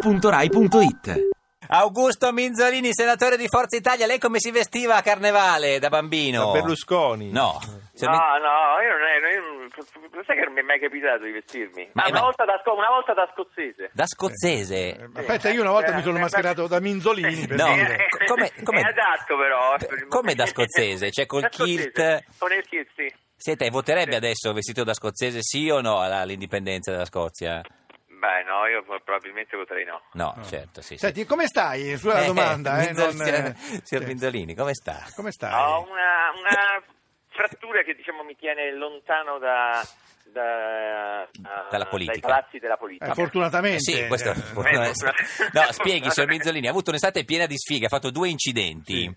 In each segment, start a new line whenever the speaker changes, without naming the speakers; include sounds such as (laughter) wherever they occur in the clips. radio2pod.rai.it
Augusto Minzolini, senatore di Forza Italia, lei come si vestiva a carnevale da bambino?
Da Eh, Berlusconi.
No. Se
No,
mi-
no, io non è. io- sai che non mi è mai capitato di vestirmi?
Ma-
Ma una,
ma-
volta da, sco- una volta da scozzese.
Da scozzese.
Aspetta, io una volta mi
Eh,
sono mascherato da Minzolini per
No.
dire.
(laughs)
co- come- come-
È adatto però.
Beh, come da scozzese? Cioè, col
Da scozzese,
kilt?
Con il kilt, sì.
Siete, voterebbe adesso vestito da scozzese sì o no alla- all'indipendenza della Scozia?
Beh, no, io probabilmente potrei no.
No, certo, sì. sì.
Senti, come stai? Sulla
Eh,
domanda, eh,
Minzolini-
non,
signor-
eh,
Signor
sì.
Minzolini, come sta?
Come
Ho
Ah,
stai? Eh,
eh.
una, una frattura che diciamo mi tiene lontano da. da- eh,
Dalla
dai
politica.
palazzi della politica.
Eh, fortunatamente.
Sì, questo (laughs)
eh,
fortuna-
fortuna-
No, spieghi, signor Minzolini, ha avuto un'estate piena di sfighe, ha fatto due incidenti.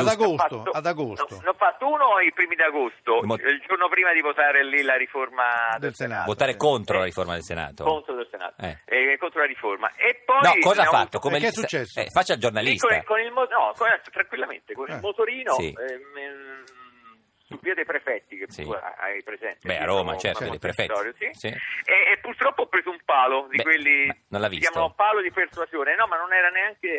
Giusto.
Ho
agosto,
fatto-
ad agosto.
no, Ne ho fatto uno i primi di agosto,
Mo-
il giorno prima di votare lì la riforma
Del Senato.
Votare
sì.
contro
Eh,
la riforma del Senato.
contro del Senato
Eh.
eh, contro la riforma e poi
No, cosa
ne
ha
ho
fatto?
avuto-
Come
Eh, che è
il-
successo?
eh, faccia il
Lì con,
giornalista.
con il mo- no, con- tranquillamente con
Eh.
il motorino
Sì.
ehm, ehm, su via dei prefetti che
Sì.
tu hai presente
Beh, a
lì,
Roma,
sono-
certo,
sono
dei prefetti.
territorio, sì.
Sì.
E, e purtroppo ho preso un palo di
Beh,
quelli
ma non l'ha
si
visto?
chiamano palo di persuasione no ma non era neanche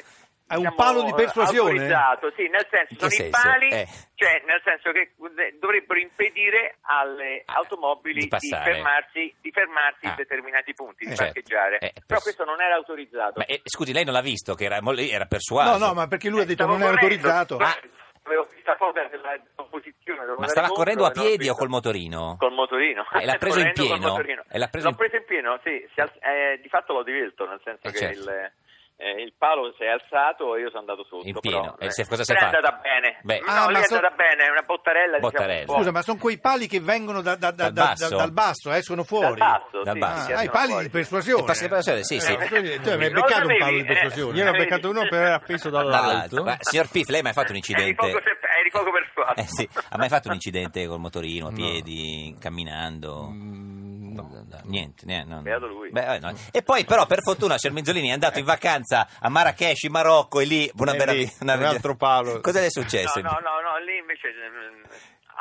Ah, un
diciamo,
palo di
eh,
persuasione?
autorizzato, sì, nel senso
In che
sono
senso?
i pali
Eh.
cioè nel senso che eh, dovrebbero impedire alle
Ah,
automobili
di
di,
passare.
fermarsi di fermarsi
Ah.
in determinati punti di
Eh, certo.
parcheggiare
Eh, pers-
però questo non era autorizzato
Ma, eh, scusi, lei non l'ha visto, che era, mo- lei era persuaso.
No, no, ma perché lui ha detto
Eh, Stavo
non è
correndo,
autorizzato.
Ah,
ma- Avevo questa cosa dell'opposizione. dovevo
Ma
andare
stava
contro
correndo
e
a
non ho
piedi o
visto.
col motorino?
Col motorino.
Ah, e
(laughs)
l'ha preso in
Correndo col
pieno?
motorino.
E l'ha preso
L'ho
in-
preso in pieno, sì. si al- eh, di fatto l'ho divelto, nel senso
Eh,
che
certo.
il, eh, il palo si è alzato e io sono andato sotto.
In pieno.
però,
E
eh,
se- cosa si è
però
fatto?
È andata bene.
Beh.
No,
Ah,
lì
ma
è
so-
andata bene, è una bottarella. diciamo,
Bottarella.
un po'.
Scusa, ma sono quei pali che vengono da- da- da-
Dal
da-
basso?
da- dal basso, eh, escono fuori.
Dal basso,
Dal
sì,
basso.
si
Ah, i
alzano
pali
fuori.
di persuasione.
Eh, passi di persuasione, sì, sì.
Eh, tu- tu hai mai
Non lo
beccato un
sapevi,
palo di
eh.
persuasione.
Io
Io ne ho beccato uno per appeso
Dall'alto.
dall'alto.
Ma, signor Piff, lei ha mai fatto un
Eri
incidente?
poco per- eri poco persuaso.
Eh, sì. Ha mai fatto un incidente col motorino, a piedi, camminando? No. Niente, niente. no, no.
Beato lui.
Beh, eh, no. E poi, però, per fortuna, signor Minzolini è andato in vacanza a Marrakesh, in Marocco, e lì una
E
bella
lì,
vi- una
un altro palo.
Cosa le è successo?
No, no, no, no, lì invece ehm,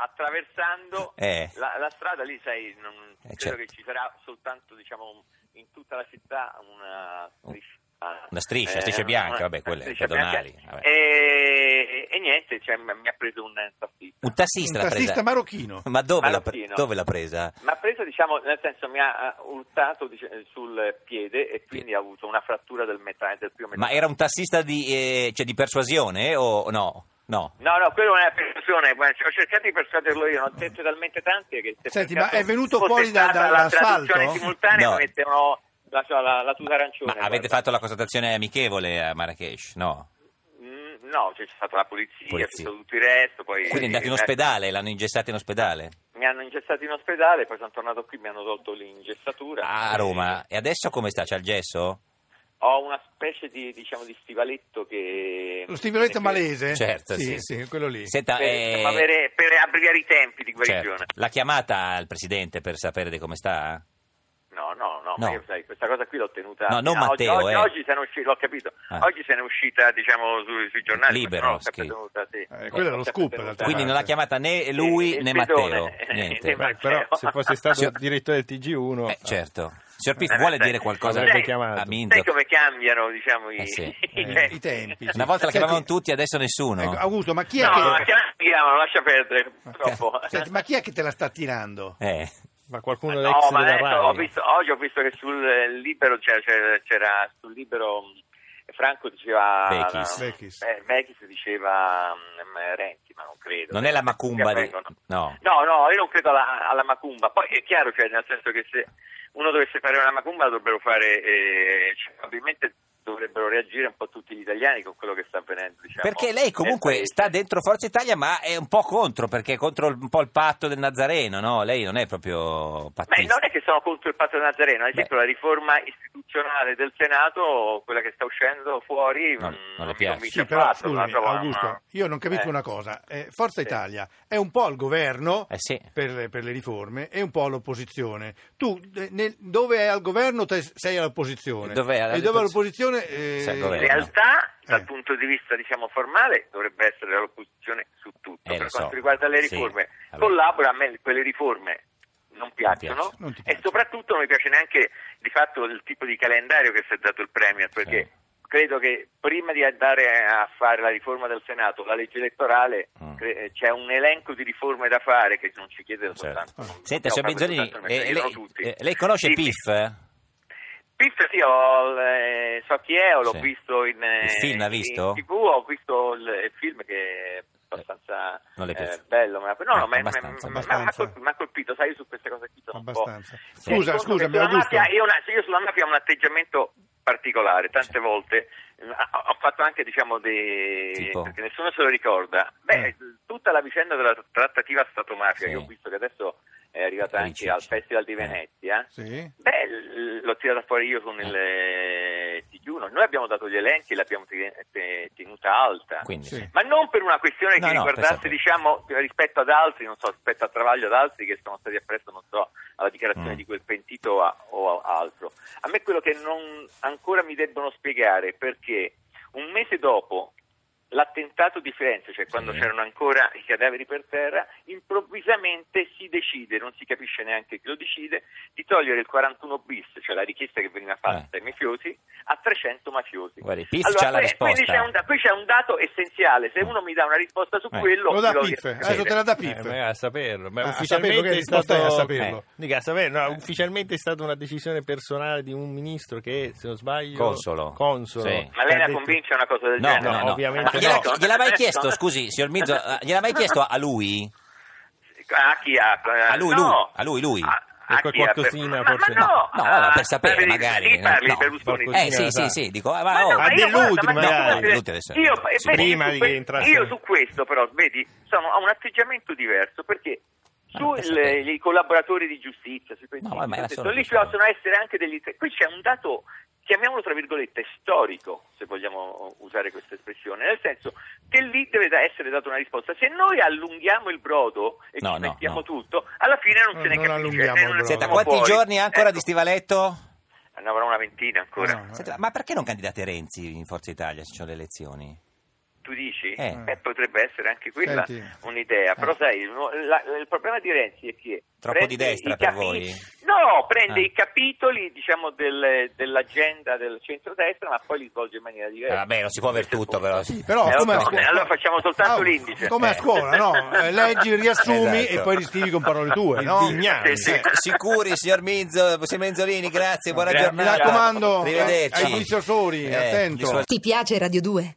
attraversando
Eh.
la, la strada lì, sai, non,
Eh,
credo
certo.
che ci sarà soltanto, diciamo, in tutta la città una striscia. Ah, eh,
Una striscia, strisce bianche, vabbè, quelle
striscia
pedonali,
bianca.
vabbè.
E, e niente, cioè, m- mi ha preso un tassista.
Un tassista
Un
l'ha presa.
tassista marocchino.
Ma dove l'ha, pre-
Marocchino.
dove l'ha presa?
Mi ha preso, diciamo, nel senso, mi ha eh, urtato dice- sul piede e quindi ha avuto una frattura del, metta- del primo
Ma
metatarso.
era un tassista di, eh, cioè, di persuasione o no? No.
No, no, quello non è persuasione, guarda, ho cercato di persuaderlo io, ne ho detto talmente tante che... se
Senti,
per caso
ma è venuto
fosse
fuori da-
stata
da-
la
dall'asfalto?
traduzione simultanea
No.
mi mettevano la, la, la, la tuta arancione.
Ma avete
guarda.
fatto la constatazione amichevole a Marrakesh? No.
Mm, No, cioè, c'è stata la polizia,
Polizia.
c'è stato tutto il resto, poi...
Quindi è andato in ospedale, l'hanno ingessato in ospedale
Mi hanno ingessato in ospedale, poi sono tornato qui, mi hanno tolto l'ingessatura.
Ah, a Roma. E adesso come sta? C'ha il gesso?
Ho una specie di, diciamo, di stivaletto che...
Lo stivaletto malese?
Certo,
sì,
sì.
sì, quello lì.
Senta,
Per,
eh,
per avere- per abbreviare i tempi di guarigione.
certo. l'ha chiamata al presidente per sapere di come sta?
No, no, no,
No.
ma io, sai, questa cosa qui l'ho tenuta.
No, non
oggi-
Matteo,
Oggi,
eh.
oggi se ne è uscita, l'ho capito.
Ah.
Oggi se ne è uscita, diciamo, su- sui giornali.
Libero,
ma l'ho sempre
sì.
tenuta, sì.
Eh, quello è lo
L'ho sempre
scoop,
tenuta.
d'altra
Quindi
parte.
non l'ha chiamata né lui
Il
né
pedone.
Matteo.
(laughs)
Niente.
Né
Eh,
Matteo.
Beh, però
(laughs)
se fosse stato
Signor-
il direttore del TG1
certo. Signor Piff vuole
sai,
dire qualcosa a
sai-
chiamato.
Minzo?
Sai come cambiano, diciamo, i,
Eh sì.
(laughs) i
Eh,
tempi?
I tempi. sì.
Una volta la
Senti,
chiamavano tutti, adesso nessuno.
ecco, Augusto, ma chi è
No, ma
che...
chiam- chiamano, lascia perdere. Purtroppo.
Senti, ma chi è che te la sta tirando?
Eh.
ma
No,
qualcuno l'ex
ma
della
adesso ho
Rai
visto, oggi ho visto che sul eh, libero c'era, c'era- c'era- sul libero mh, Franco diceva
Vecchis.
Vecchis.
Eh, Vecchis diceva mh, Renzi, ma non credo.
Non è la macumba di-
Vengono.
no.
no, no, io non credo alla, alla macumba. Poi è chiaro che nel senso che se uno dovesse fare una macumba dovrebbero fare eh, cioè, probabilmente dovrebbero reagire un po' tutti gli italiani con quello che sta avvenendo, diciamo,
Perché lei
nel
comunque
paese.
sta dentro Forza Italia, ma è un po' contro, perché è contro il- un po' il patto del Nazareno, no? Lei non è proprio pattista.
Beh, non è che sono contro il patto nazareno, ad esempio la riforma istituzionale del Senato, quella che sta uscendo fuori,
Non-
mh,
non le
mi
piace.
convince
Sì, però
affatto, la
scusami,
trovo una-
Augusto, io non capisco
Eh.
una cosa. Eh, Forza Italia è un po' al governo
Eh sì.
per, le, per le riforme e un po' all'opposizione. Tu eh, nel- dove è al governo te sei all'opposizione
Dov'è alla-
e dove all'opposizione eh,
Sei al
In
governo.
realtà, dal
Eh.
punto di vista diciamo, formale, dovrebbe essere l'opposizione su tutto.
Eh, lo
per
so.
quanto riguarda le
Sì,
riforme,
vabbè.
collabora a me quelle riforme non piacciono
piacciono.
Non ti
e
piacciono.
soprattutto non mi piace neanche di fatto il tipo di calendario che si è dato il Premier
Eh,
perché credo che prima di andare a fare la riforma del Senato, la legge elettorale,
Mm.
cre- eh, c'è un elenco di riforme da fare che non ci chiede
Certo.
soltanto.
Senta, signor
no, proprio
Benzolini,
soltanto
eh,
perché
lei,
chiedono tutti.
eh, lei conosce
Sì, sì.
Piff? eh?
Piff sì, ho, eh, so chi è, l'ho
Sì.
visto in, eh,
Il film l'ha
in
visto?
tv, ho visto il, il film che è abbastanza
non le
eh,
piace.
bello, ma, no, no,
Eh,
ma- ma-
abbastanza,
ma- ma-
abbastanza.
mi ha colpito- mi ha colpito, sai, io su queste cose qui sono un po'-
Abbastanza.
Sì.
Scusa,
Secondo
scusa,
me sulla
Augusto.
mafia- io, una- io sulla mafia ho un atteggiamento particolare,
Sì.
tante volte eh, ho ho fatto anche diciamo dei
Tipo? Mm.
perché nessuno se lo ricorda. Beh,
Eh.
tutta la vicenda della trattativa Stato mafia,
Sì.
che ho visto che adesso è arrivata
Con i
anche al
cicci.
Festival di
Eh.
Venezia.
Sì.
Beh, l- l'ho tirata fuori io con il eh, digiuno. Noi abbiamo dato gli elenchi, l'abbiamo te- te- tenuta alta.
Quindi,
Sì.
sì.
Ma non per una questione
No,
che
no,
riguardasse,
per sapere.
diciamo, rispetto ad altri, non so, rispetto a Travaglio ad altri che sono stati appresso, non so, alla dichiarazione
Mm.
di quel pentito o a- o a altro. A me quello che non ancora mi debbono spiegare è perché un mese dopo l'attentato di Firenze, cioè quando
Sì.
c'erano ancora i cadaveri per terra, improvvisamente si decide, non si capisce neanche chi lo decide, di togliere il 41 bis, cioè la richiesta che veniva fatta
Eh.
ai mafiosi, a 300 mafiosi.
Guardi, Piff
Allora,
c'ha la
que- quindi
risposta. Mm.
c'è un da- qui c'è un dato essenziale, se uno mi dà una risposta su
Eh.
quello...
Lo da
glielo
Piff,
chiedo.
adesso te la da
Eh,
Piff.
ma è a saperlo, ma
A
ufficialmente
saperlo, che
è
risposta è a
stato-
saperlo?
Eh, dica, a saperlo, no, ufficialmente è stata una decisione personale di un ministro che, se non sbaglio,
Consolo.
Consolo.
Sì.
Ma lei
che ha
la
detto-
convince una cosa del
No,
genere?
no, no.
ovviamente
Ma gliela-
no.
gliel'ha mai chiesto, scusi, signor
(laughs)
Mizzo, eh, gliel'ha mai chiesto a lui?
A chi ha? eh,
A lui,
no.
lui, a lui, lui.
A- a
Ecco,
chi ha?
qualcosina,
Ma- ma
forse.
no,
No, no, no,
ah,
per sapere,
per-
magari,
chi parli
no.
per Berlusconi?
Porco
Eh, sì,
signora,
sì,
sa.
sì, sì, dico, ah,
Ma
va, oh,
no, ma io,
Abbiamo-
guarda, ma-
magari.
guarda,
Tutte adesso.
io, eh, vedi,
Prima
su
di
que-
che entrasse-
io su questo però, vedi, sono, ho un atteggiamento diverso perché
Ah, questo è
sui collaboratori di giustizia, sui pentiti,
ma- ma era
ho detto,
solo
lì ci
questo.
possono essere anche degli... Qui c'è un dato, chiamiamolo tra virgolette, storico, se vogliamo usare questa espressione, nel senso che lì deve da- essere data una risposta. Se noi allunghiamo il brodo e
No,
ci
no,
mettiamo
no.
tutto, alla fine non
No,
se ne
non
capisce.
allunghiamo
eh,
il
non ne
brodo.
Senta,
siamo
quanti
fuori.
giorni ha ancora di
Ecco,
stivaletto?
Ne avrà una ventina ancora.
No, no.
Senta, ma perché non candidate Renzi in Forza Italia se ci sono le elezioni?
Tu dici?
Eh.
Eh, potrebbe essere anche quella
Senti.
un'idea, però sai, il, la- il problema di Renzi è che...
Troppo
prende
di destra
i
per voi?
No, prende
Ah.
i capitoli, diciamo, del- dell'agenda del centrodestra, ma poi li svolge in
Ah,
maniera diversa.
Vabbè, non si può aver tutto, però. sì.
Però
Eh,
Oh, come a
vabbè,
scuola-
allora facciamo soltanto l'indice.
Come a
Eh.
scuola,
(laughs)
no? Eh, Leggi, riassumi
Esatto.
e poi riscrivi con parole tue, no?
Indignati.
Sì, sì.
Eh.
Sicuri, signor Mizzo, signor Menzolini, grazie, buona
Grazie.
giornata.
Mi
raccomando,
eh, arrivederci. Eh,
ai professori, attento.
gli suoi-
Ti piace Radio 2?